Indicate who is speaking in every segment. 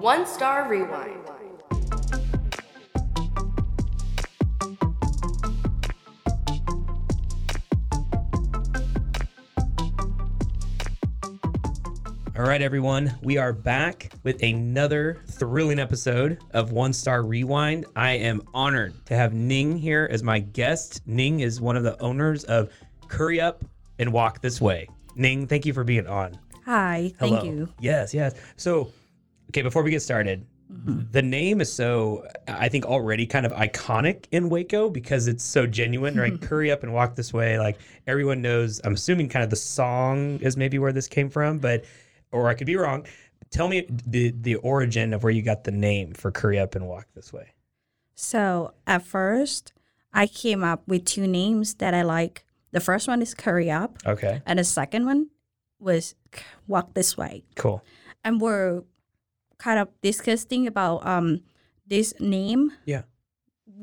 Speaker 1: One Star Rewind.
Speaker 2: All right, everyone, we are back with another thrilling episode of One Star Rewind. I am honored to have Ning here as my guest. Ning is one of the owners of Curry Up and Walk This Way. Ning, thank you for being on.
Speaker 3: Hi,
Speaker 2: Hello.
Speaker 3: thank you.
Speaker 2: Oh, Yes, yes. So, okay, before we get started, the name is so I think already kind of iconic in Waco because it's so genuine, right? Curry up and walk this way. Like everyone knows. I'm assuming kind of the song is maybe where this came from, but or I could be wrong. Tell me the the origin of where you got the name for Curry up and walk this way.
Speaker 3: So at first, I came up with two names that I like. The first one is Curry Up,
Speaker 2: Okay,
Speaker 3: and the second one was K- Walk This Way.
Speaker 2: cool.
Speaker 3: And we're kind of discussing about um this name.
Speaker 2: Yeah,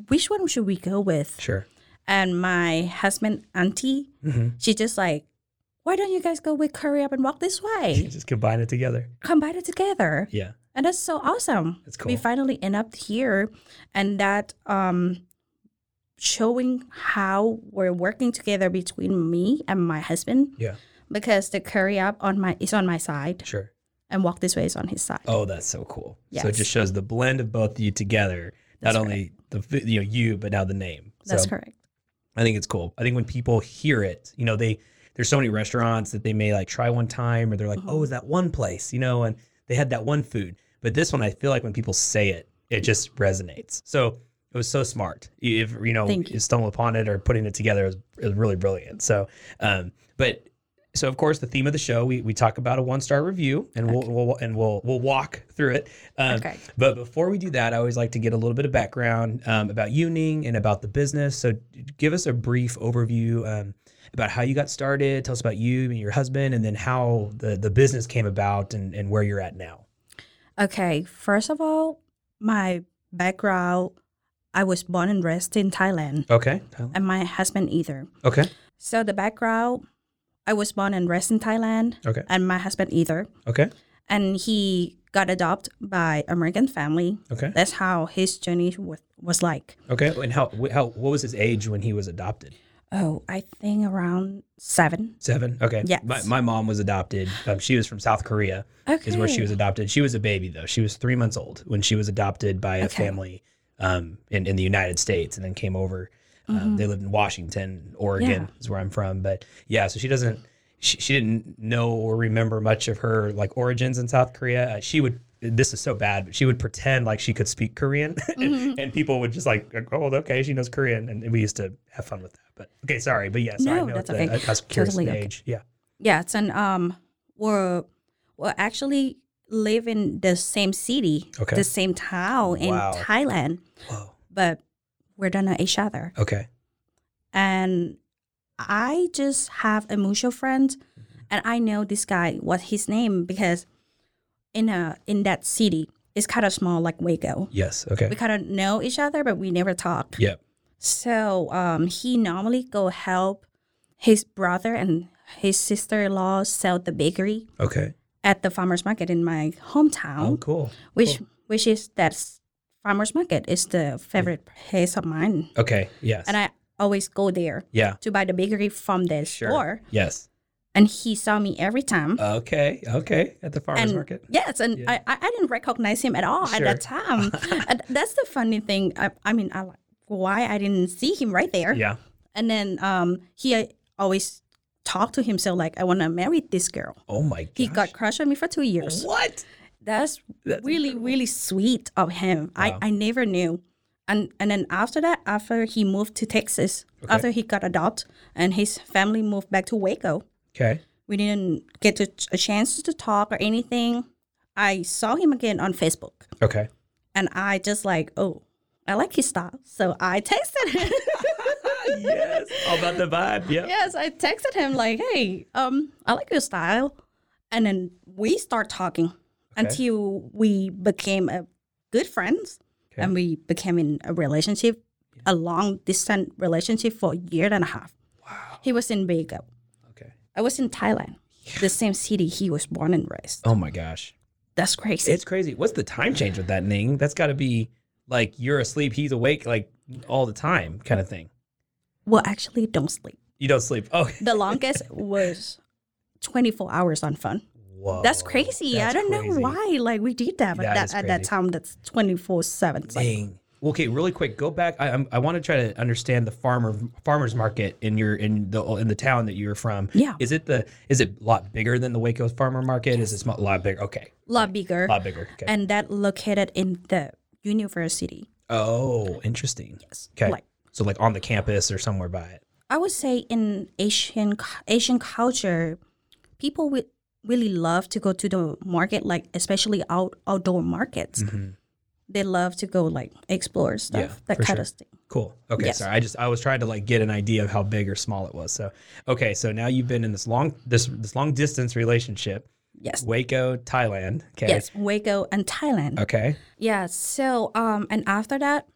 Speaker 3: Which one should we go with?
Speaker 2: sure.
Speaker 3: And my husband, Auntie,
Speaker 2: hmm
Speaker 3: she just like, why don't you guys go with Curry Up and Walk This Way?
Speaker 2: Just combine it together.
Speaker 3: Combine it together.
Speaker 2: Yeah,
Speaker 3: and that's so awesome.
Speaker 2: That's
Speaker 3: We
Speaker 2: cool.
Speaker 3: finally end up here, and that um, showing how we're working together between me and my husband
Speaker 2: yeah,
Speaker 3: because the curry up on my is on my side,
Speaker 2: sure.
Speaker 3: and walk this way is on his side.
Speaker 2: Oh, that's so cool. So it
Speaker 3: Yes.
Speaker 2: just shows the blend of both of you together.
Speaker 3: That's
Speaker 2: not only the fi- you know you, but now the name.
Speaker 3: that's
Speaker 2: so
Speaker 3: correct.
Speaker 2: I think it's cool. I think when people hear it, you know, they there's so many restaurants that they may like try one time or they're like,
Speaker 3: Mm-hmm.
Speaker 2: oh, is that one place, you know, and they had that one food. But this one, I feel like when people say it, it just resonates. So it was so smart. You- If you know,
Speaker 3: Thank you.
Speaker 2: you stumble upon it or putting it together, it was, it was really brilliant. So, um, but so of course the theme of the show we, we talk about a one star review and we'll, we'll and we'll we'll walk through it. Um,
Speaker 3: Okay.
Speaker 2: But before we do that, I always like to get a little bit of background um, about Uning and about the business. So give us a brief overview um, about how you got started. Tell us about you and your husband, and then how the the business came about and and where you're at now.
Speaker 3: Okay, first of all, my background. I was born and raised in Thailand,
Speaker 2: Okay.
Speaker 3: and my husband either.
Speaker 2: Okay.
Speaker 3: So the background, I was born and raised in Thailand,
Speaker 2: Okay.
Speaker 3: and my husband either.
Speaker 2: Okay.
Speaker 3: and he got adopted by American family.
Speaker 2: Okay.
Speaker 3: That's how his journey was, was like.
Speaker 2: Okay. And how wh- how what was his age when he was adopted?
Speaker 3: Oh, I think around seven.
Speaker 2: Seven. Okay.
Speaker 3: Yes.
Speaker 2: My, my mom was adopted. Um, she was from South Korea.
Speaker 3: Okay.
Speaker 2: Is where she was adopted. She was a baby though. She was three months old when she was adopted by a
Speaker 3: Okay.
Speaker 2: family um, in in the United States, and then came over. Um,
Speaker 3: Mm-hmm.
Speaker 2: They lived in Washington, Oregon is where I'm from. But yeah, so she doesn't. She, she didn't know or remember much of her like origins in South Korea. Uh, she would. This is so bad, but she would pretend like she could speak Korean, and,
Speaker 3: Mm-hmm.
Speaker 2: and people would just like, oh, okay, she knows Korean, and we used to have fun with that. But okay, sorry, but yes, I
Speaker 3: No,
Speaker 2: know
Speaker 3: that's
Speaker 2: the-
Speaker 3: okay.
Speaker 2: I, I was curious
Speaker 3: Totally
Speaker 2: the
Speaker 3: okay.
Speaker 2: age. Yeah.
Speaker 3: Yes, and um, we're we're actually live in the same city,
Speaker 2: Okay.
Speaker 3: the same town in
Speaker 2: Wow.
Speaker 3: Thailand,
Speaker 2: Whoa.
Speaker 3: but we don't know each other.
Speaker 2: Okay.
Speaker 3: And I just have a mutual friend,
Speaker 2: Mm-hmm.
Speaker 3: and I know this guy. What his name? Because in a in that city, it's kind of small, like Waco.
Speaker 2: Yes. Okay.
Speaker 3: we kind of know each other, but we never talk.
Speaker 2: Yep.
Speaker 3: So um, he normally go help his brother and his sister in law sell the bakery
Speaker 2: Okay.
Speaker 3: at the farmers market in my
Speaker 2: Oh,
Speaker 3: hometown,
Speaker 2: cool.
Speaker 3: which which is that's farmers market is the favorite place of mine,
Speaker 2: Okay. Yes.
Speaker 3: and I always go there
Speaker 2: yeah.
Speaker 3: to buy the bakery from their
Speaker 2: Sure.
Speaker 3: store.
Speaker 2: Yes.
Speaker 3: and he saw me every time.
Speaker 2: Okay, okay, at the farmers
Speaker 3: and
Speaker 2: market.
Speaker 3: yes, and
Speaker 2: Yeah.
Speaker 3: I, I I didn't recognize him at all at that
Speaker 2: Sure.
Speaker 3: time. and that's the funny thing. I, I mean, I like why I didn't see him right there.
Speaker 2: Yeah.
Speaker 3: And then um, he uh, always talked to himself like, "I want to marry this girl."
Speaker 2: Oh my god.
Speaker 3: He got crushed on me for two years.
Speaker 2: what?
Speaker 3: That's, really really sweet of him. I I never knew. And and then after that, after he moved to Texas, after he got adopted, and his family moved back to Waco,
Speaker 2: Okay.
Speaker 3: we didn't get to, a chance to talk or anything. I saw him again on Facebook,
Speaker 2: Okay.
Speaker 3: and I just like, oh, I like his style, so I texted him.
Speaker 2: yes. All about the vibe. Yeah.
Speaker 3: yes, I texted him like, hey, um, I like your style, and then we start talking until we became a good friends,
Speaker 2: Okay.
Speaker 3: and we became in a relationship, a long distance relationship for a year and a half. Wow. He was in Baker.
Speaker 2: Okay.
Speaker 3: I was in Thailand, the same city he was born and raised.
Speaker 2: Oh my gosh.
Speaker 3: That's crazy.
Speaker 2: It's crazy. What's the time change with that Ning? That's got to be like you're asleep, he's awake, like all the time, kind of thing.
Speaker 3: well, actually, don't sleep.
Speaker 2: You don't sleep. Oh,
Speaker 3: The longest was 24 hours on phone.
Speaker 2: whoa.
Speaker 3: That's crazy. I
Speaker 2: Oh, That's
Speaker 3: don't know
Speaker 2: crazy.
Speaker 3: why like we did that, but
Speaker 2: That
Speaker 3: that,
Speaker 2: is
Speaker 3: at that
Speaker 2: crazy.
Speaker 3: time that's 24/7. It's like-
Speaker 2: Dang. Okay, really quick, go back. I I'm, I want to try to understand the farmer farmers market in your in the in the town that you're from.
Speaker 3: Yeah.
Speaker 2: Is it the is it a lot bigger than the Waco farmer market? Is it small, a lot bigger? Okay.
Speaker 3: lot bigger.
Speaker 2: A lot bigger. Okay.
Speaker 3: And that located in the university.
Speaker 2: oh, interesting. Yes. Okay.
Speaker 3: like-
Speaker 2: so like on the campus or somewhere by it.
Speaker 3: I would say in Asian cu- Asian culture, people would really love to go to the market, like especially out outdoor markets. They love to go like explore stuff,
Speaker 2: Mm-hmm. Yeah,
Speaker 3: that
Speaker 2: for
Speaker 3: kind
Speaker 2: sure.
Speaker 3: of thing.
Speaker 2: Cool. Okay.
Speaker 3: Yes.
Speaker 2: Sorry. I just I was trying to like get an idea of how big or small it was. So okay. So now you've been in this long this this long distance relationship,
Speaker 3: Yes.
Speaker 2: Waco, Thailand. Okay.
Speaker 3: Yes, Waco and Thailand.
Speaker 2: Okay.
Speaker 3: Yeah. So um, and after that,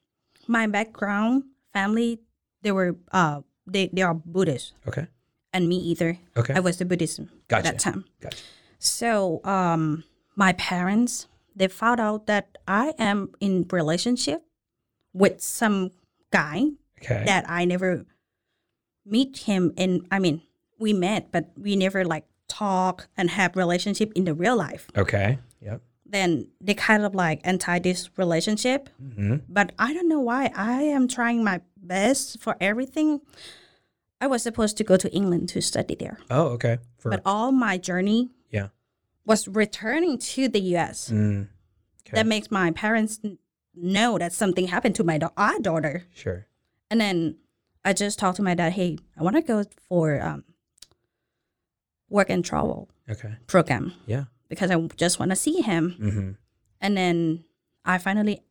Speaker 3: my background family they were uh they they are Buddhist
Speaker 2: Okay.
Speaker 3: and me either.
Speaker 2: Okay.
Speaker 3: I was the Buddhism
Speaker 2: Gotcha.
Speaker 3: at that time.
Speaker 2: Gotcha.
Speaker 3: So um, my parents they found out that I am in relationship with some guy
Speaker 2: Okay.
Speaker 3: that I never meet him in. I mean, we met, but we never like talk and have relationship in the real life.
Speaker 2: Okay. Yep.
Speaker 3: Then they kind of like anti this relationship
Speaker 2: hmm
Speaker 3: but I don't know why I am trying my best for everything. I was supposed to go to England to study there,
Speaker 2: Oh, okay. For
Speaker 3: but all my journey
Speaker 2: yeah.
Speaker 3: was returning to the U.S.
Speaker 2: Mm,
Speaker 3: That makes my parents n- know that something happened to my da- our daughter,
Speaker 2: sure.
Speaker 3: and then I just talked to my dad. Hey, I want to go for um, work and travel
Speaker 2: Okay.
Speaker 3: program
Speaker 2: Yeah.
Speaker 3: because I just want to see him.
Speaker 2: Mm-hmm.
Speaker 3: and then I finally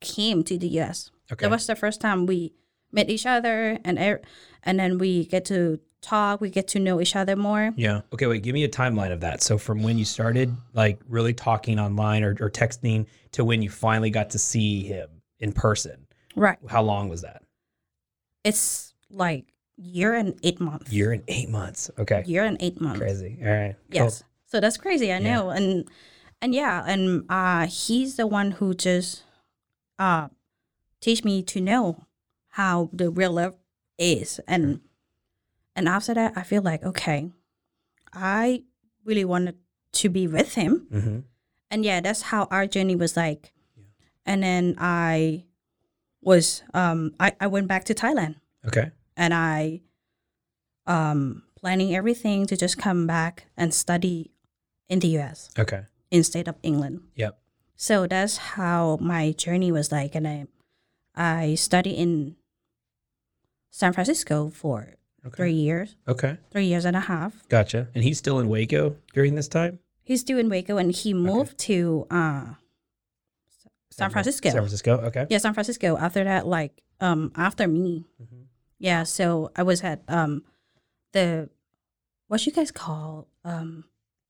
Speaker 3: came to the US.
Speaker 2: Okay.
Speaker 3: That was the first time we met each other, and e- and then we get to talk, we get to know each other more.
Speaker 2: Yeah. Okay. Wait. Give me a timeline of that. So from when you started like really talking online or, or texting to when you finally got to see him in person.
Speaker 3: Right.
Speaker 2: How long was that?
Speaker 3: It's like year and eight months.
Speaker 2: Year and eight months. Okay.
Speaker 3: Year and eight months.
Speaker 2: Crazy. All right. Cool.
Speaker 3: Yes. So that's crazy. I know. And and yeah, and uh, he's the one who just uh, teach me to know how the real love is, and and after that, I feel like okay, I really wanted to be with him,
Speaker 2: hmm
Speaker 3: and yeah, that's how our journey was like. And then I was um I, I went back to Thailand
Speaker 2: Okay.
Speaker 3: and I um planning everything to just come back and study in the US
Speaker 2: Okay.
Speaker 3: instead of England.
Speaker 2: Yep.
Speaker 3: So that's how my journey was like and I I studied in San Francisco for
Speaker 2: Okay.
Speaker 3: three years,
Speaker 2: Okay.
Speaker 3: three years and a half.
Speaker 2: Gotcha. And he's still in Waco during this time?
Speaker 3: He's still in Waco and he moved to uh San Francisco.
Speaker 2: San Francisco. Okay.
Speaker 3: Yeah, San Francisco. After that, like um after me.
Speaker 2: Mm-hmm.
Speaker 3: Yeah, so I was at um the what you guys call um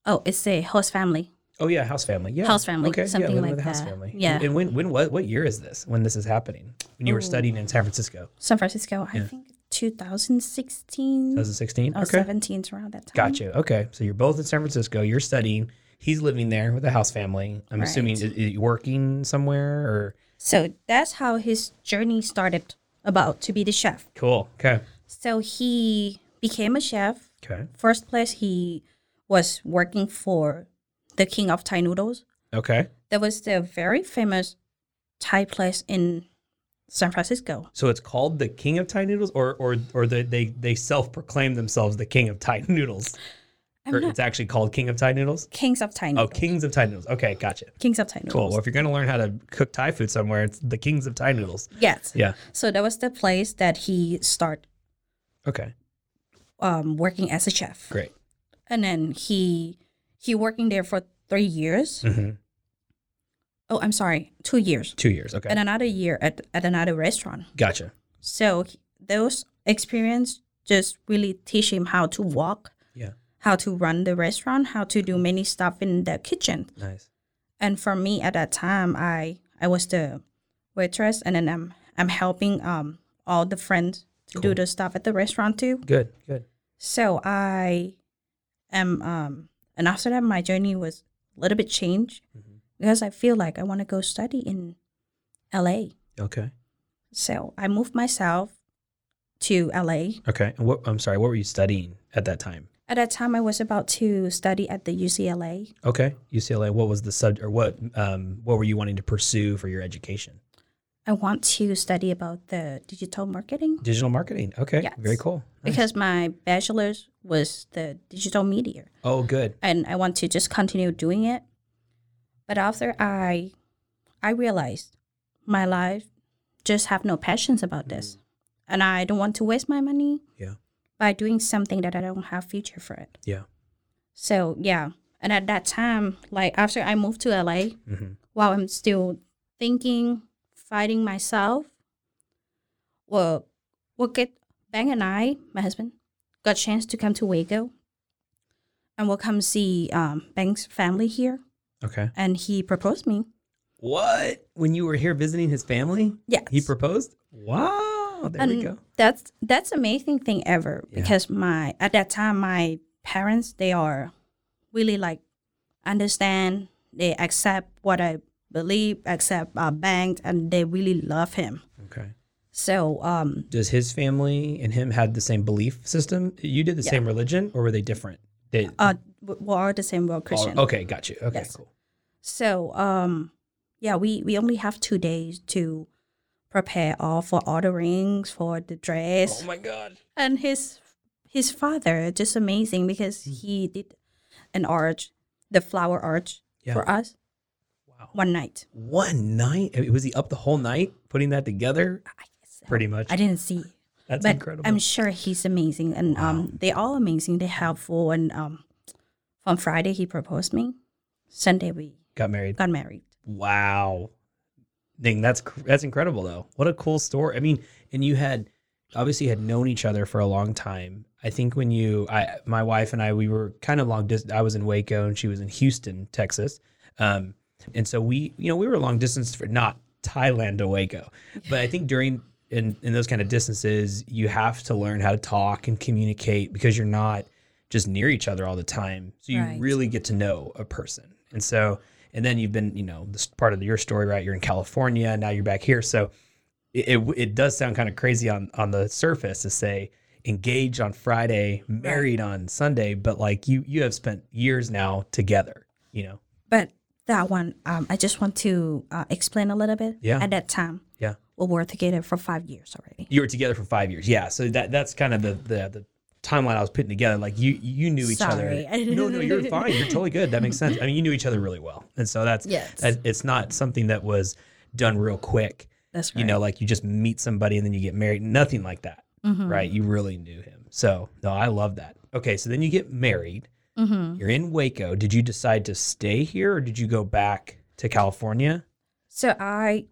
Speaker 3: oh it's a host family.
Speaker 2: Oh yeah, house family. Yeah.
Speaker 3: House family,
Speaker 2: Okay.
Speaker 3: something
Speaker 2: yeah, living
Speaker 3: like
Speaker 2: with the House
Speaker 3: that.
Speaker 2: family.
Speaker 3: Yeah.
Speaker 2: And when when what what year is this when this is happening? When you were studying in San Francisco?
Speaker 3: San Francisco, I
Speaker 2: Yeah.
Speaker 3: think 2016
Speaker 2: 2016?
Speaker 3: or
Speaker 2: Okay.
Speaker 3: 17 around that Oh, time.
Speaker 2: Gotcha. Okay. So you're both in San Francisco. You're studying. He's living there with a house family. I'm
Speaker 3: Right.
Speaker 2: assuming is, is he working somewhere or
Speaker 3: So that's how his journey started about to be the chef.
Speaker 2: cool. Okay.
Speaker 3: So he became a chef
Speaker 2: Okay.
Speaker 3: First place, he was working for the king of Thai noodles.
Speaker 2: Okay.
Speaker 3: That was the very famous Thai place in San Francisco.
Speaker 2: So it's called the King of Thai Noodles, or or or the, they they self proclaim themselves the King of Thai Noodles,
Speaker 3: I'm
Speaker 2: or
Speaker 3: not-
Speaker 2: it's actually called King of Thai Noodles.
Speaker 3: Kings of Thai
Speaker 2: Oh,
Speaker 3: noodles.
Speaker 2: Kings of Thai Noodles. Okay, gotcha.
Speaker 3: Kings of Thai noodles.
Speaker 2: Cool. Well, if you're gonna learn how to cook Thai food somewhere, it's the Kings of Thai Noodles.
Speaker 3: Yes.
Speaker 2: Yeah.
Speaker 3: So that was the place that he started
Speaker 2: Okay.
Speaker 3: um, working as a chef.
Speaker 2: Great.
Speaker 3: And then he he working there for three years.
Speaker 2: hmm
Speaker 3: Oh, I'm sorry, two years.
Speaker 2: Two years. Okay.
Speaker 3: And another year at, at another restaurant.
Speaker 2: gotcha.
Speaker 3: So he- those experience just really teach him how to walk,
Speaker 2: Yeah.
Speaker 3: how to run the restaurant, how to do many stuff in the kitchen.
Speaker 2: Nice.
Speaker 3: And for me at that time, I I was the waitress, and then I'm I'm helping um all the friends to do
Speaker 2: Cool.
Speaker 3: the stuff at the restaurant too.
Speaker 2: Good. Good.
Speaker 3: So I am um and after that my journey was a little bit changed because I feel like I want to go study in LA.
Speaker 2: Okay.
Speaker 3: So I moved myself to LA.
Speaker 2: Okay. And what? I'm sorry. What were you studying at that time?
Speaker 3: At that time I was about to study at the UCLA.
Speaker 2: Okay. UCLA. What was the sub or what? Um, what were you wanting to pursue for your education?
Speaker 3: I want to study about the digital marketing
Speaker 2: Digital marketing. Okay.
Speaker 3: Yes.
Speaker 2: Very cool. Nice.
Speaker 3: because my bachelor's was the digital media.
Speaker 2: oh, good.
Speaker 3: and I want to just continue doing it. But after I, I realized my life just have no passions about this, and I don't want to waste my money
Speaker 2: Yeah.
Speaker 3: by doing something that I don't have future for it.
Speaker 2: Yeah.
Speaker 3: So yeah, and at that time, like after I moved to LA,
Speaker 2: Mhm.
Speaker 3: while I'm still thinking, fighting myself, well, we'll get Bang and I, my husband, got a chance to come to Waco, and we'll come see um, Bang's family here,
Speaker 2: Okay.
Speaker 3: and he proposed me.
Speaker 2: What? When you were here visiting his family,
Speaker 3: Yes.
Speaker 2: he proposed? Wow. There
Speaker 3: and
Speaker 2: we go.
Speaker 3: That's that's amazing thing ever
Speaker 2: Yeah.
Speaker 3: because my at that time my parents they are really like understand they accept what I believe accept uh, banked and they really love him.
Speaker 2: Okay.
Speaker 3: So um
Speaker 2: Does his family and him had the same belief system? You did the same religion, or were they different? They
Speaker 3: uh we we are the same world
Speaker 2: all-
Speaker 3: Christian.
Speaker 2: okay, got you. Okay,
Speaker 3: Yes.
Speaker 2: cool.
Speaker 3: So um yeah we we only have two days to prepare all for all the rings for the dress.
Speaker 2: Oh my god.
Speaker 3: and his his father just amazing because
Speaker 2: Mm.
Speaker 3: he did an arch the flower arch
Speaker 2: Yeah.
Speaker 3: for us
Speaker 2: Wow.
Speaker 3: one night
Speaker 2: One night? I mean, Was he up the whole night putting that together?
Speaker 3: I, guess so.
Speaker 2: Pretty much.
Speaker 3: I didn't see
Speaker 2: That's
Speaker 3: but
Speaker 2: incredible.
Speaker 3: i'm sure he's amazing and um they all amazing they helpful and um on friday he proposed me sunday we
Speaker 2: Got married.
Speaker 3: got married
Speaker 2: Wow. Dang, that's cr- that's incredible though. What a cool story. I mean, and you had obviously had known each other for a long time. I think when you I my wife and I we were kind of long distance. I was in Waco and she was in Houston, Texas. Um and so we you know, we were long distance for not Thailand to Waco. But I think during in in those kind of distances, you have to learn how to talk and communicate because you're not just near each other all the time. So you
Speaker 3: Right.
Speaker 2: really get to know a person. And so, and then you've been, you know, this part of your story, right? You're in California, and now you're back here. So it, it, it does sound kind of crazy on, on the surface to say engaged on Friday, married on Sunday, but like you, you have spent years now together, you know?
Speaker 3: but that one um i just want to uh, explain a little bit
Speaker 2: Yeah.
Speaker 3: at that time
Speaker 2: Yeah.
Speaker 3: we were together for five years already
Speaker 2: You were together for five years. Yeah. So that, that's kind of the, the, the, Timeline I was putting together, like you, you knew each
Speaker 3: Sorry.
Speaker 2: other. No, no, you're fine. You're totally good. That makes sense. I mean, you knew each other really well, and so that's
Speaker 3: Yes.
Speaker 2: that- it's not something that was done real quick.
Speaker 3: that's right Mm-hmm.
Speaker 2: you know like you just meet somebody and then you get married nothing like that right you really knew him so no i love that okay so then you get married
Speaker 3: Mm-hmm.
Speaker 2: you're in waco did you decide to stay here or did you go back to california
Speaker 3: So I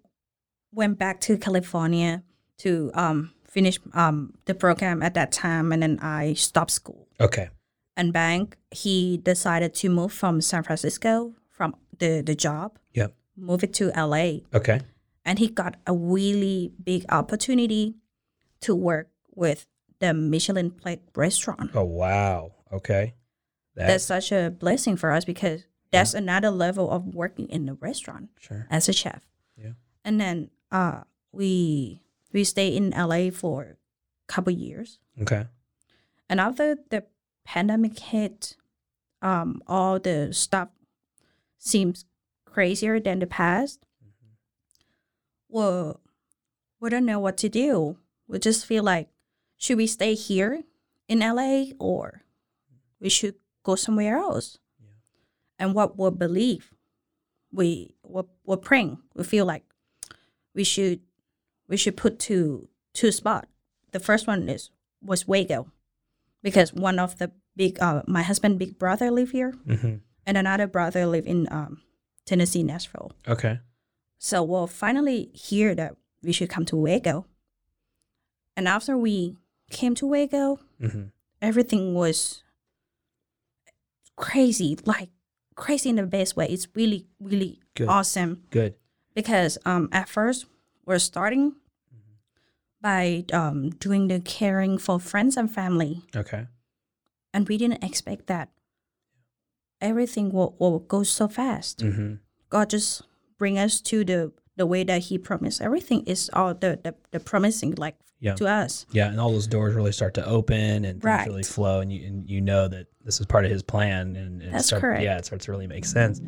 Speaker 3: went back to California to um, finish um, the program at that time, and then I stopped school.
Speaker 2: okay
Speaker 3: And Bank, he decided to move from San Francisco from the, the job,
Speaker 2: yep
Speaker 3: move it to LA,
Speaker 2: okay
Speaker 3: and he got a really big opportunity to work with the Michelin plate restaurant.
Speaker 2: oh wow okay
Speaker 3: That's such a blessing for us because that's another level of working in the restaurant
Speaker 2: sure
Speaker 3: as a chef.
Speaker 2: Yeah.
Speaker 3: And then uh we we stay in LA for a couple years.
Speaker 2: okay
Speaker 3: And after the pandemic hit, um, all the stuff seems crazier than the past. Well, we don't know what to do. We just feel like, should we stay here in LA or we should go somewhere else? And what we believe, we we're, we're praying. We feel like we should we should put two two spot. The first one is was Wago, because one of the big uh, my husband big brother live here,
Speaker 2: hmm
Speaker 3: and another brother live in um, Tennessee Nashville.
Speaker 2: Okay.
Speaker 3: So we'll finally hear that we should come to Waco. And after we came to Waco,
Speaker 2: hmm
Speaker 3: everything was crazy, like crazy in the best way. It's really, really
Speaker 2: Good.
Speaker 3: awesome
Speaker 2: Good.
Speaker 3: because um, at first we're starting by um, doing the caring for friends and family,
Speaker 2: Okay.
Speaker 3: and we didn't expect that everything will, will go so fast.
Speaker 2: hmm
Speaker 3: God just bring us to the the way that He promised. Everything is all the the, the promising like
Speaker 2: Yeah.
Speaker 3: to us.
Speaker 2: Yeah, and all those doors really start to open and things
Speaker 3: Right.
Speaker 2: really flow, and you and you know that this is part of his plan, and, and it
Speaker 3: That's
Speaker 2: start-
Speaker 3: correct.
Speaker 2: Yeah, it starts to really make sense.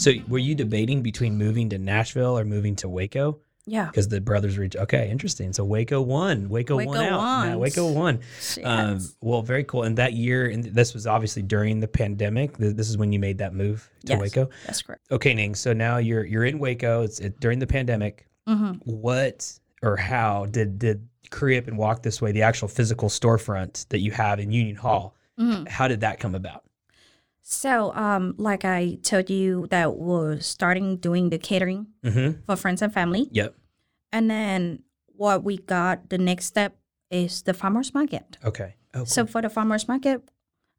Speaker 2: So, were you debating between moving to Nashville or moving to Waco?
Speaker 3: Yeah.
Speaker 2: Because the brothers reach. Okay, interesting. So Waco won. Waco, won
Speaker 3: Waco
Speaker 2: out. Yeah,
Speaker 3: won.
Speaker 2: Waco won. Um,
Speaker 3: Yes.
Speaker 2: well, very cool. And that year, and this was obviously during the pandemic. Th- This is when you made that move to
Speaker 3: Yes,
Speaker 2: Waco.
Speaker 3: That's correct.
Speaker 2: Okay, Ning. So now you're you're in Waco. It's it, during the pandemic.
Speaker 3: hmm
Speaker 2: What or how did did Curry Up and Walk This Way, the actual physical storefront that you have in Union Hall,
Speaker 3: Mm-hmm.
Speaker 2: how did that come about?
Speaker 3: So, um, like I told you, that we're starting doing the catering
Speaker 2: Mm-hmm.
Speaker 3: for friends and family,
Speaker 2: Yep.
Speaker 3: and then what we got the next step is the farmers market.
Speaker 2: Okay. Oh,
Speaker 3: So for the farmers market,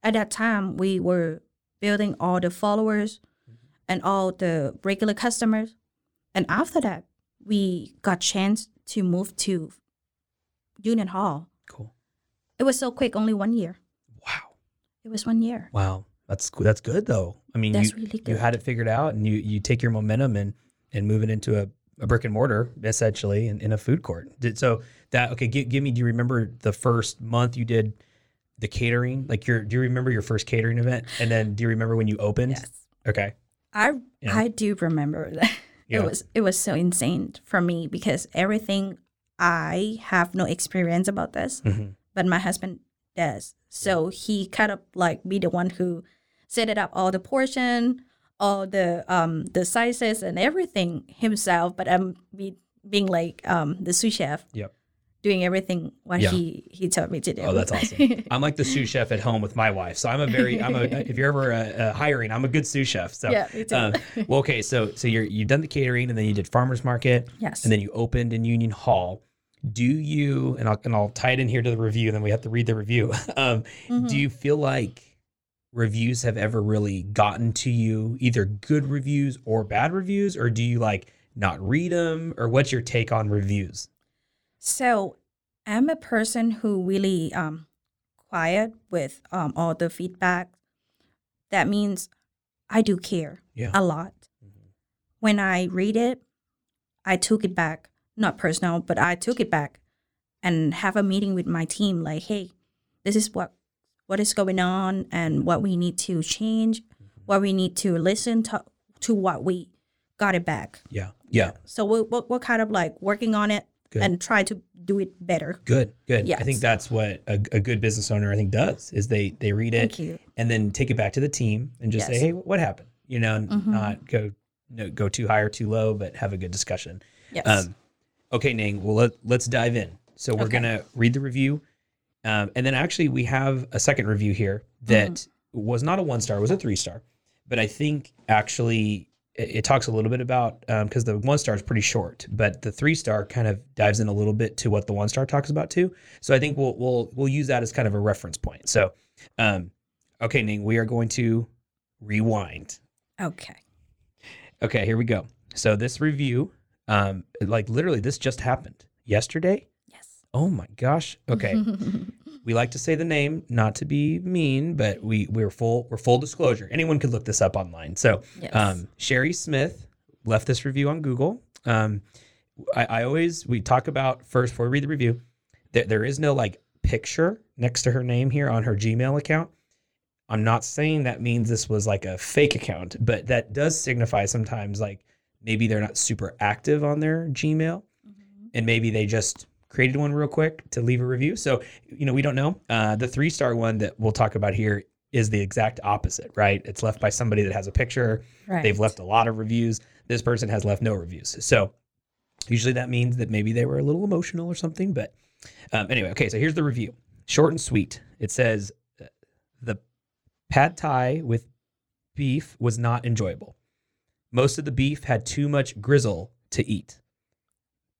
Speaker 3: at that time we were building all the followers
Speaker 2: Mm-hmm.
Speaker 3: and all the regular customers, and after that we got chance to move to Union Hall.
Speaker 2: cool.
Speaker 3: It was so quick, only one year.
Speaker 2: Wow.
Speaker 3: It was one year.
Speaker 2: Wow, that's cool. that's good though. I mean,
Speaker 3: That's
Speaker 2: you,
Speaker 3: really
Speaker 2: you
Speaker 3: good.
Speaker 2: had it figured out, and you you take your momentum and and move it into a, a brick and mortar essentially in, in a food court. Did so that okay? Give, give me. Do you remember the first month you did the catering? Like your do you remember your first catering event? And then do you remember when you opened?
Speaker 3: Yes.
Speaker 2: Okay.
Speaker 3: I
Speaker 2: Yeah.
Speaker 3: I do remember that.
Speaker 2: Yeah.
Speaker 3: It was it was so insane for me because everything I have no experience about this,
Speaker 2: Mhm.
Speaker 3: but my husband does. So he kind of like be the one who set it up all the portion, all the um the sizes and everything himself. But I'm be, being like um the sous chef,
Speaker 2: Yep.
Speaker 3: doing everything what
Speaker 2: Yeah.
Speaker 3: he he told me to do.
Speaker 2: Oh, that's awesome. I'm like the sous chef at home with my wife. So I'm a very, I'm a, if you're ever uh, uh, hiring, I'm a good sous chef. So,
Speaker 3: Yeah, me too.
Speaker 2: um, well, okay. So, so you're, you've done the catering and then you did farmer's market.
Speaker 3: Yes.
Speaker 2: And then you opened in Union Hall. Do you, and I'll, and I'll tie it in here to the review and then we have to read the review. Um,
Speaker 3: Mm-hmm.
Speaker 2: Do you feel like reviews have ever really gotten to you, either good reviews or bad reviews, or do you like not read them or what's your take on reviews?
Speaker 3: So I'm a person who really um quiet with um all the feedback. That means I do care
Speaker 2: Yeah.
Speaker 3: a lot. When I read it, I took it back, not personal, but I took it back and have a meeting with my team like, "Hey, this is what what is going on and what we need to change, what we need to listen to to what we got it back."
Speaker 2: Yeah. Yeah.
Speaker 3: So we're, we're, we're kind of like working on it
Speaker 2: Good.
Speaker 3: and try to do it better.
Speaker 2: Good, good. I
Speaker 3: Yes.
Speaker 2: think that's what a, a good business owner I think does is they they read it
Speaker 3: Thank you.
Speaker 2: and then take it back to the team and just say,
Speaker 3: Yes.
Speaker 2: hey, what happened? You know, and
Speaker 3: Mhm.
Speaker 2: not go no, go too high or too low, but have a good discussion.
Speaker 3: Yes.
Speaker 2: Um, okay, Ning. Well, let, let's dive in. So we're
Speaker 3: Okay.
Speaker 2: gonna read the review, um, and then actually we have a second review here that was not a one star, it was a three star, but I think actually it, it talks a little bit about because the one star is pretty short, but the three star kind of dives in a little bit to what the one star talks about too. So I think we'll we'll we'll use that as kind of a reference point. So, um, okay, Ning, we are going to rewind.
Speaker 3: okay.
Speaker 2: Okay, here we go. So this review, um, like literally, this just happened. yesterday?
Speaker 3: Yes.
Speaker 2: Oh my gosh. Okay. we like to say the name, not to be mean, but we we're full we're full disclosure. Anyone could look this up online. So
Speaker 3: Yes.
Speaker 2: um, Sherry Smith left this review on Google. Um, I, I always we talk about first before we read the review. There, there is no like picture next to her name here on her Gmail account. I'm not saying that means this was like a fake account, but that does signify sometimes like maybe they're not super active on their Gmail and maybe they just created one real quick to leave a review. So, you know, we don't know. Uh, the three star one that we'll talk about here is the exact opposite, right? It's left by somebody that has a picture.
Speaker 3: Right.
Speaker 2: They've left a lot of reviews. This person has left no reviews. So, usually that means that maybe they were a little emotional or something. But um, anyway, okay, so here's the review short and sweet. It says, uh, The pad thai with beef was not enjoyable. Most of the beef had too much grizzle to eat.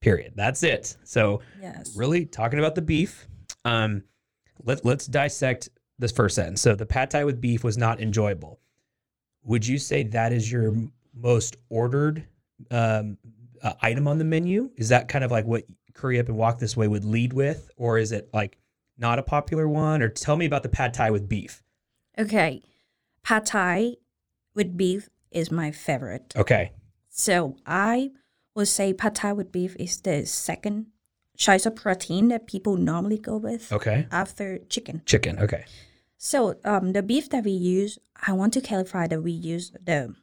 Speaker 2: Period. That's it. So,
Speaker 3: Yes.
Speaker 2: really talking about the beef. Um, let, let's dissect this first sentence. So the pad thai with beef was not enjoyable. Would you say that is your m- most ordered um, uh, item on the menu? Is that kind of like what Curry Up and Walk This Way would lead with, or is it like not a popular one? Or tell me about the pad thai with beef.
Speaker 3: Okay. Pad Thai with beef is my favorite.
Speaker 2: Okay,
Speaker 3: So I would say pad thai with beef is the second choice of protein that people normally go with
Speaker 2: okay,
Speaker 3: after chicken.
Speaker 2: chicken. Okay,
Speaker 3: So um, the beef that we use, I want to clarify that we use the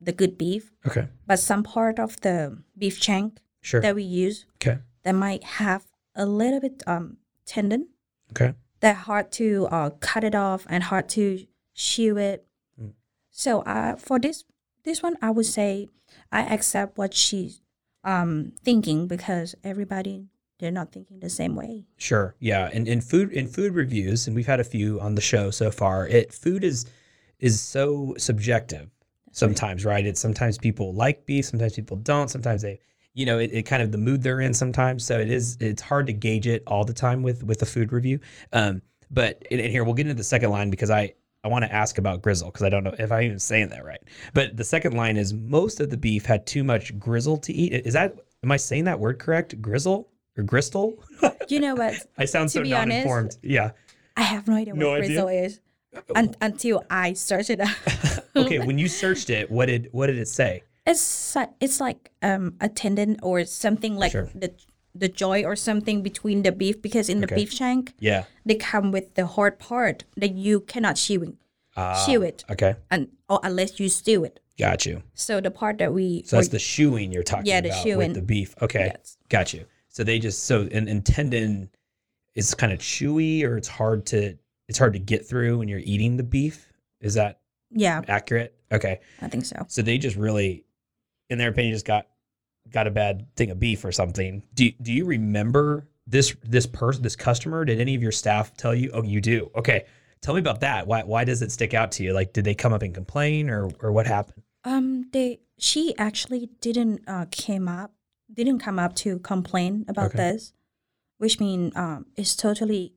Speaker 3: the good beef,
Speaker 2: okay,
Speaker 3: but some part of the beef shank
Speaker 2: sure.
Speaker 3: that we use
Speaker 2: okay,
Speaker 3: that might have a little bit um tendon
Speaker 2: okay,
Speaker 3: that hard to uh, cut it off and hard to chew it.
Speaker 2: Mm.
Speaker 3: So uh, for this this one, I would say I accept what she's um, thinking because everybody they're not thinking the same way.
Speaker 2: sure. Yeah, and in food in food reviews, and we've had a few on the show so far. It food is is so subjective sometimes, right? It's sometimes people like beef, sometimes people don't, sometimes they you know, it, it kind of the mood they're in sometimes. So it is it's hard to gauge it all the time with with a food review. Um, but and, and here we'll get into the second line because I I want to ask about grizzle because I don't know if I'm even saying that right. But the second line is most of the beef had too much grizzle to eat. Is that am I saying that word correct? Grizzle or gristle?
Speaker 3: You know what?
Speaker 2: I sound
Speaker 3: To
Speaker 2: so
Speaker 3: be honest-
Speaker 2: non-informed. yeah.
Speaker 3: I have no idea what
Speaker 2: No idea?
Speaker 3: bristle is un- until I search it up.
Speaker 2: Okay. when you searched it, what did what did it say?
Speaker 3: It's su- it's like um a tendon or something like
Speaker 2: Sure.
Speaker 3: the the joy or something between the beef because in the
Speaker 2: Okay.
Speaker 3: beef shank
Speaker 2: Yeah.
Speaker 3: they come with the hard part that you cannot chew, chew it
Speaker 2: Uh, Okay.
Speaker 3: and or unless you stew it.
Speaker 2: Got you.
Speaker 3: So the part that we
Speaker 2: So that's the
Speaker 3: or-
Speaker 2: shoeing you're talking
Speaker 3: Yeah, the
Speaker 2: about
Speaker 3: shoeing.
Speaker 2: with the beef. Okay.
Speaker 3: Yes.
Speaker 2: Got you. So they just so and, and tendon is kind of chewy or it's hard to it's hard to get through when you're eating the beef. Is that
Speaker 3: yeah,
Speaker 2: accurate? Okay.
Speaker 3: I think so.
Speaker 2: So they just really, in their opinion, just got got a bad thing of beef or something. Do do you remember this this person this customer? Did any of your staff tell you? Oh, you do. Okay, tell me about that. Why why does it stick out to you? Like, did they come up and complain or or what happened?
Speaker 3: Um, they she actually didn't uh came up didn't come up to complain about
Speaker 2: Okay.
Speaker 3: this, which means um it's totally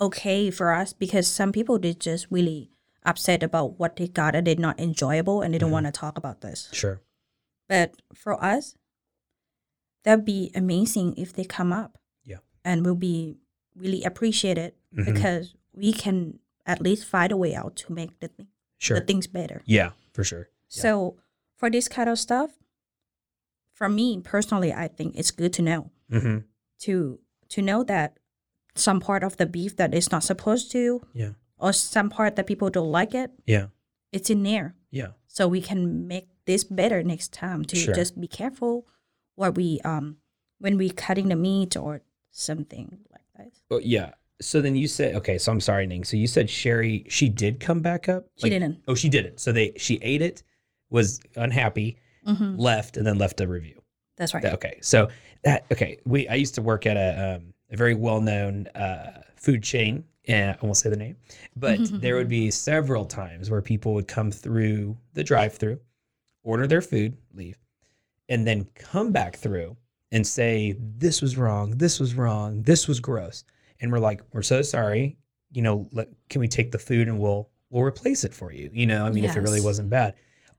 Speaker 3: okay for us because some people they just really upset about what they got and they're not enjoyable and
Speaker 2: Mm-hmm.
Speaker 3: they don't want to talk about this.
Speaker 2: Sure.
Speaker 3: But for us, that'd be amazing if they come up.
Speaker 2: Yeah.
Speaker 3: And we'll be really appreciated
Speaker 2: Mhm.
Speaker 3: because we can at least find a way out to make the thing
Speaker 2: Sure.
Speaker 3: the things better.
Speaker 2: yeah, for sure. Yeah.
Speaker 3: So for this kind of stuff, for me personally, I think it's good to know
Speaker 2: hmm
Speaker 3: to to know that some part of the beef that is not supposed to,
Speaker 2: Yeah.
Speaker 3: or some part that people don't like it,
Speaker 2: Yeah.
Speaker 3: it's in there.
Speaker 2: Yeah.
Speaker 3: So we can make this better next time. To
Speaker 2: Sure.
Speaker 3: just be careful what we um when we cutting the meat or something like that.
Speaker 2: Well, yeah. So then you said, okay. So I'm sorry, Ning. So you said Sherry, she did come back up.
Speaker 3: She didn't.
Speaker 2: Oh, she didn't. So they she ate it, was unhappy,
Speaker 3: Mhm.
Speaker 2: left, and then left a review.
Speaker 3: That's right.
Speaker 2: That- Okay, so that okay. We I used to work at a um, a very well known uh, food chain, and I won't say the name, but
Speaker 3: Mm-hmm.
Speaker 2: there would be several times where people would come through the drive through, order their food, leave, and then come back through and say this was wrong, this was wrong, this was gross, and we're like, we're so sorry. You know, let, can we take the food and we'll we'll replace it for you? You know, I mean, if it really
Speaker 3: Yes.
Speaker 2: wasn't bad.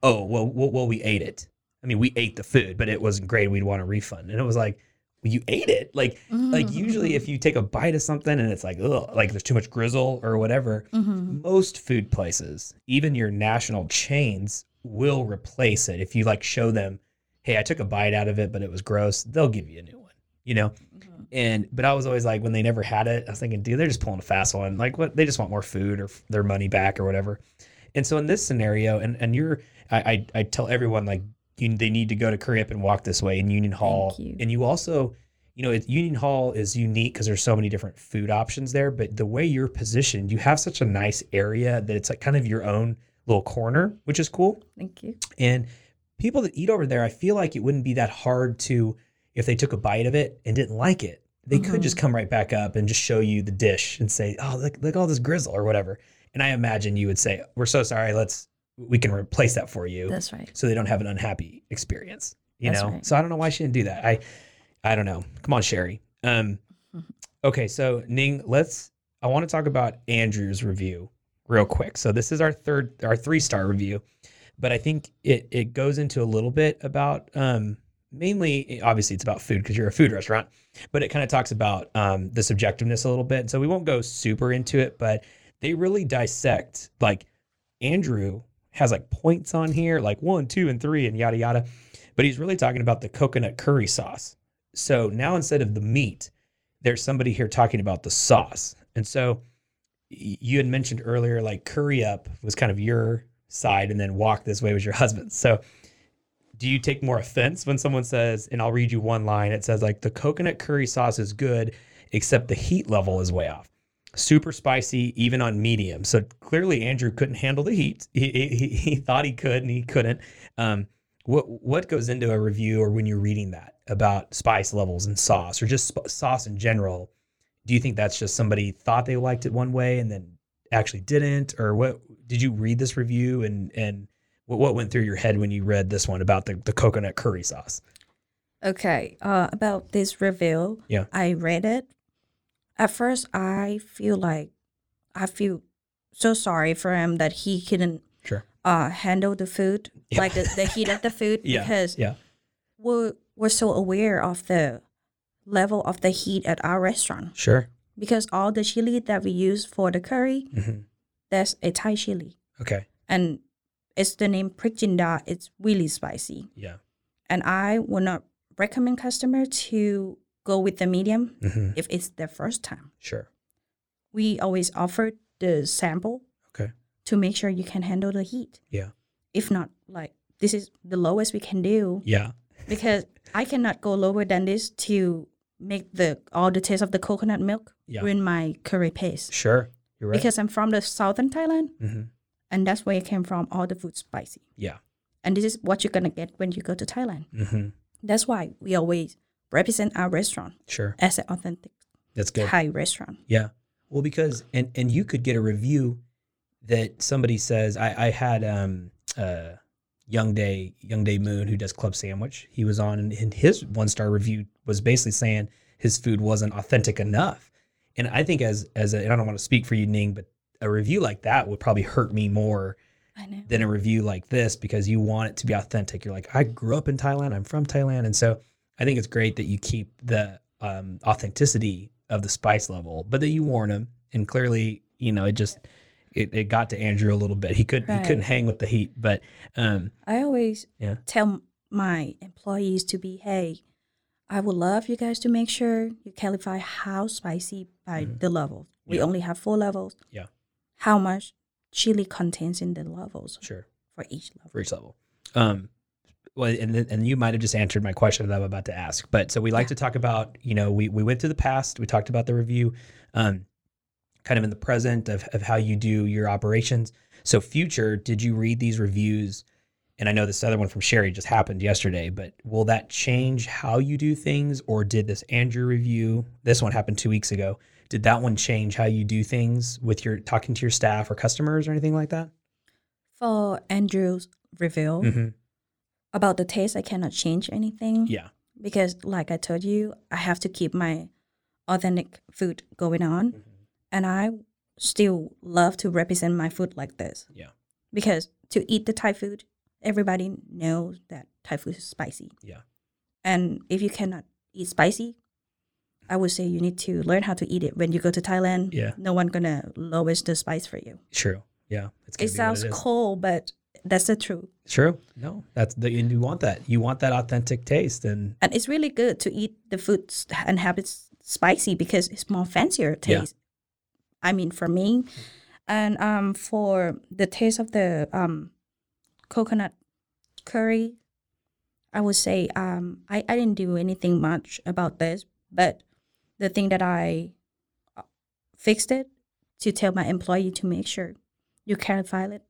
Speaker 2: Oh well, well, well, we ate it. I mean, we ate the food, but it wasn't great. We'd want a refund. And it was like, well, you ate it. Like like usually if you take a bite of something and it's like ugh, like there's too much grizzle or whatever, most food places, even your national chains, will replace it if you like show them, hey, I took a bite out of it, but it was gross. They'll give you a new one, you know. And but I was always like when they never had it, I was thinking, dude, they're just pulling a fast one. Like what? They just want more food or f- their money back or whatever. And so in this scenario, and and you're, I I, I tell everyone like you, they need to go to Curry Up and Walk this way in Union Hall,
Speaker 3: you.
Speaker 2: and you also, you know, it, Union Hall is unique because there's so many different food options there. But the way you're positioned, you have such a nice area that it's like kind of your own little corner, which is cool.
Speaker 3: Thank you.
Speaker 2: And people that eat over there, I feel like it wouldn't be that hard to, if they took a bite of it and didn't like it, they could just come right back up and just show you the dish and say, oh, look, look at all this grizzle or whatever. And I imagine you would say, we're so sorry. Let's, we can replace that for you.
Speaker 3: That's right.
Speaker 2: so they don't have an unhappy experience, you
Speaker 3: That's
Speaker 2: know?
Speaker 3: right.
Speaker 2: So I don't know why she didn't do that. I, I don't know. Come on, Sherry. Um, okay. So Ning, let's, I want to talk about Andrew's review real quick. So this is our third, our three star review but I think it it goes into a little bit about um, mainly obviously it's about food because you're a food restaurant, but it kind of talks about um, the subjectiveness a little bit. So we won't go super into it, but they really dissect like Andrew has like points on here like one, two, and three, and yada yada, but he's really talking about the coconut curry sauce. So now instead of the meat, there's somebody here talking about the sauce, and so y- you had mentioned earlier like curry up was kind of your side and then walk this way was your husband so do you take more offense when someone says and i'll read you one line it says like the coconut curry sauce is good except the heat level is way off super spicy even on medium so clearly andrew couldn't handle the heat he, he, he- he thought he could and he couldn't um, what what goes into a review or when you're reading that about spice levels and sauce or just sp- sauce in general do you think that's just somebody thought they liked it one way and then actually didn't or what did you read this review and and what, what went through your head when you read this one about the, the coconut curry sauce
Speaker 3: Okay, uh, about this reveal.
Speaker 2: Yeah.
Speaker 3: I read it. At first, I feel like I feel so sorry for him that he couldn't
Speaker 2: sure
Speaker 3: uh, handle the food,
Speaker 2: Yeah.
Speaker 3: like the, the heat of the food,
Speaker 2: yeah
Speaker 3: because
Speaker 2: yeah
Speaker 3: we're we're so aware of the level of the heat at our restaurant.
Speaker 2: sure
Speaker 3: Because all the chili that we use for the curry,
Speaker 2: Mhm.
Speaker 3: that's a Thai chili,
Speaker 2: okay
Speaker 3: and it's the name Prichinda. It's really spicy
Speaker 2: yeah
Speaker 3: and I would not recommend customer to go with the medium
Speaker 2: Mhm.
Speaker 3: if it's their first time.
Speaker 2: sure
Speaker 3: We always offer the sample
Speaker 2: okay
Speaker 3: to make sure you can handle the heat.
Speaker 2: yeah
Speaker 3: If not, like this is the lowest we can do
Speaker 2: yeah
Speaker 3: because I cannot go lower than this to make the all the taste of the coconut milk
Speaker 2: Yeah.
Speaker 3: ruin my curry paste.
Speaker 2: sure you're right
Speaker 3: Because I'm from the southern Thailand
Speaker 2: Mhm.
Speaker 3: and that's where it came from. All the food spicy,
Speaker 2: yeah
Speaker 3: and this is what you're gonna get when you go to Thailand.
Speaker 2: hmm
Speaker 3: That's why we always represent our restaurant
Speaker 2: sure
Speaker 3: as an authentic
Speaker 2: that's good
Speaker 3: Thai restaurant.
Speaker 2: Yeah. Well, because and and you could get a review that somebody says I I had um uh Young Day Young Day Moon who does Club Sandwich. He was on and, and his one star review was basically saying his food wasn't authentic enough. And I think as as a, and I don't want to speak for you Ning, but a review like that would probably hurt me more
Speaker 3: I know.
Speaker 2: than a review like this because you want it to be authentic. You're like, I grew up in Thailand. I'm from Thailand, and so I think it's great that you keep the um, authenticity of the spice level, but that you warn him. And clearly, you know, it just it, it got to Andrew a little bit. He could he
Speaker 3: Right.
Speaker 2: couldn't hang with the heat, but um,
Speaker 3: I always
Speaker 2: Yeah.
Speaker 3: tell my employees to be, hey, I would love you guys to make sure you qualify how spicy by the level.
Speaker 2: Mm-hmm.
Speaker 3: We
Speaker 2: Yeah.
Speaker 3: only have four levels.
Speaker 2: Yeah.
Speaker 3: How much chili contains in the levels
Speaker 2: sure.
Speaker 3: for each level.
Speaker 2: for each level. Um, well, and then- and you might have just answered my question that I'm about to ask. But so we like to talk about, you know, we we went through the past, we talked about the review, um, kind of in the present of of how you do your operations. So future, did you read these reviews? And I know this other one from Sherry just happened yesterday, but will that change how you do things, or did this Andrew review? This one happened two weeks ago. Did that one change how you do things with your talking to your staff or customers or anything like that?
Speaker 3: For Andrew's reveal
Speaker 2: Mm-hmm.
Speaker 3: about the taste, I cannot change anything
Speaker 2: Yeah.
Speaker 3: because, like I told you, I have to keep my authentic food going on,
Speaker 2: Mm-hmm.
Speaker 3: and I still love to represent my food like this.
Speaker 2: Yeah.
Speaker 3: because to eat the Thai food, everybody knows that Thai food is spicy.
Speaker 2: Yeah.
Speaker 3: And if you cannot eat spicy, I would say you need to learn how to eat it when you go to Thailand.
Speaker 2: Yeah.
Speaker 3: No one gonna lower the spice for you.
Speaker 2: True. Yeah. It's
Speaker 3: It sounds
Speaker 2: cool.
Speaker 3: cold, but that's the truth.
Speaker 2: True. No, that's the, and you want that. You want that authentic taste, and
Speaker 3: And it's really good to eat the food s- and have it s- spicy because it's more fancier
Speaker 2: Yeah.
Speaker 3: taste. I mean, for me, and um, for the taste of the um, coconut curry, I would say um, I I didn't do anything much about this, but the thing that I uh, fixed it to tell my employee to make sure you can file it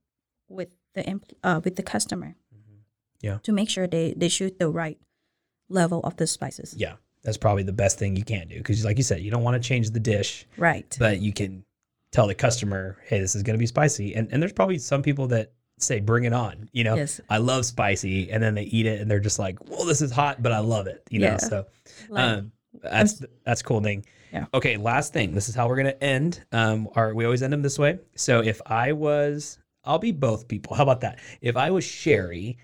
Speaker 3: with the empl- uh, with the customer.
Speaker 2: Mm-hmm. Yeah.
Speaker 3: To make sure they they shoot the right level of the spices.
Speaker 2: yeah, that's probably the best thing you can do because, like you said, you don't want to change the dish,
Speaker 3: Right.
Speaker 2: but you can tell the customer, "Hey, this is going to be spicy." And and there's probably some people that say, "Bring it on!" You know,
Speaker 3: Yes.
Speaker 2: I love spicy, and then they eat it and they're just like, "Well, this is hot, but I love it." You know,
Speaker 3: Yeah.
Speaker 2: so
Speaker 3: Like-
Speaker 2: um, that's th- that's a cool thing.
Speaker 3: Yeah.
Speaker 2: Okay, last thing. This is how we're gonna end. Um, our we always end them this way. So if I was, I'll be both people. How about that? If I was Sherry,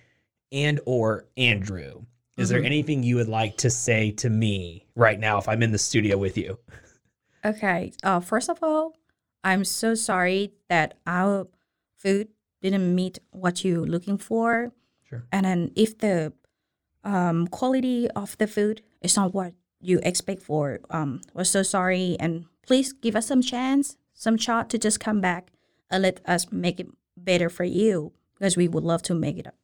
Speaker 2: and or Andrew, is
Speaker 3: Mm-hmm.
Speaker 2: there anything you would like to say to me right now if I'm in the studio with you?
Speaker 3: Okay. Uh, first of all, I'm so sorry that our food didn't meet what you're looking for.
Speaker 2: Sure.
Speaker 3: And then if the um, quality of the food is not what you expect for, um, we're so sorry. And please give us some chance, some shot to just come back and let us make it better for you because we would love to make it up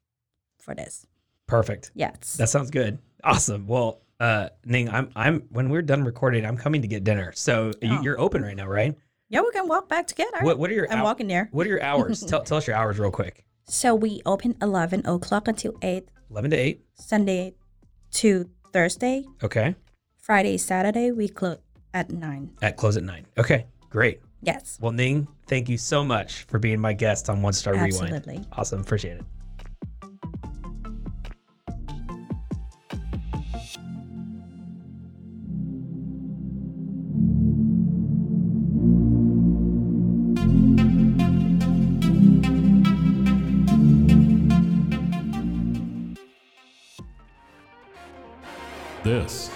Speaker 3: for this.
Speaker 2: Perfect.
Speaker 3: Yes.
Speaker 2: That sounds good. Awesome. Well, uh, Ning, I'm I'm when we're done recording, I'm coming to get dinner. So you,
Speaker 3: Oh.
Speaker 2: you're open right now, right?
Speaker 3: yeah, we can walk back together.
Speaker 2: What What are your
Speaker 3: I'm
Speaker 2: hou-
Speaker 3: walking there.
Speaker 2: What are your hours? tell Tell us your hours real quick.
Speaker 3: So we open 11 o'clock until 8
Speaker 2: Eleven to eight.
Speaker 3: Sunday to Thursday.
Speaker 2: Okay.
Speaker 3: Friday, Saturday, we close at 9.
Speaker 2: At close at nine. Okay. Great.
Speaker 3: Yes.
Speaker 2: Well, Ning, thank you so much for being my guest on One Star
Speaker 3: Absolutely.
Speaker 2: Rewind. Awesome. Appreciate it.
Speaker 4: This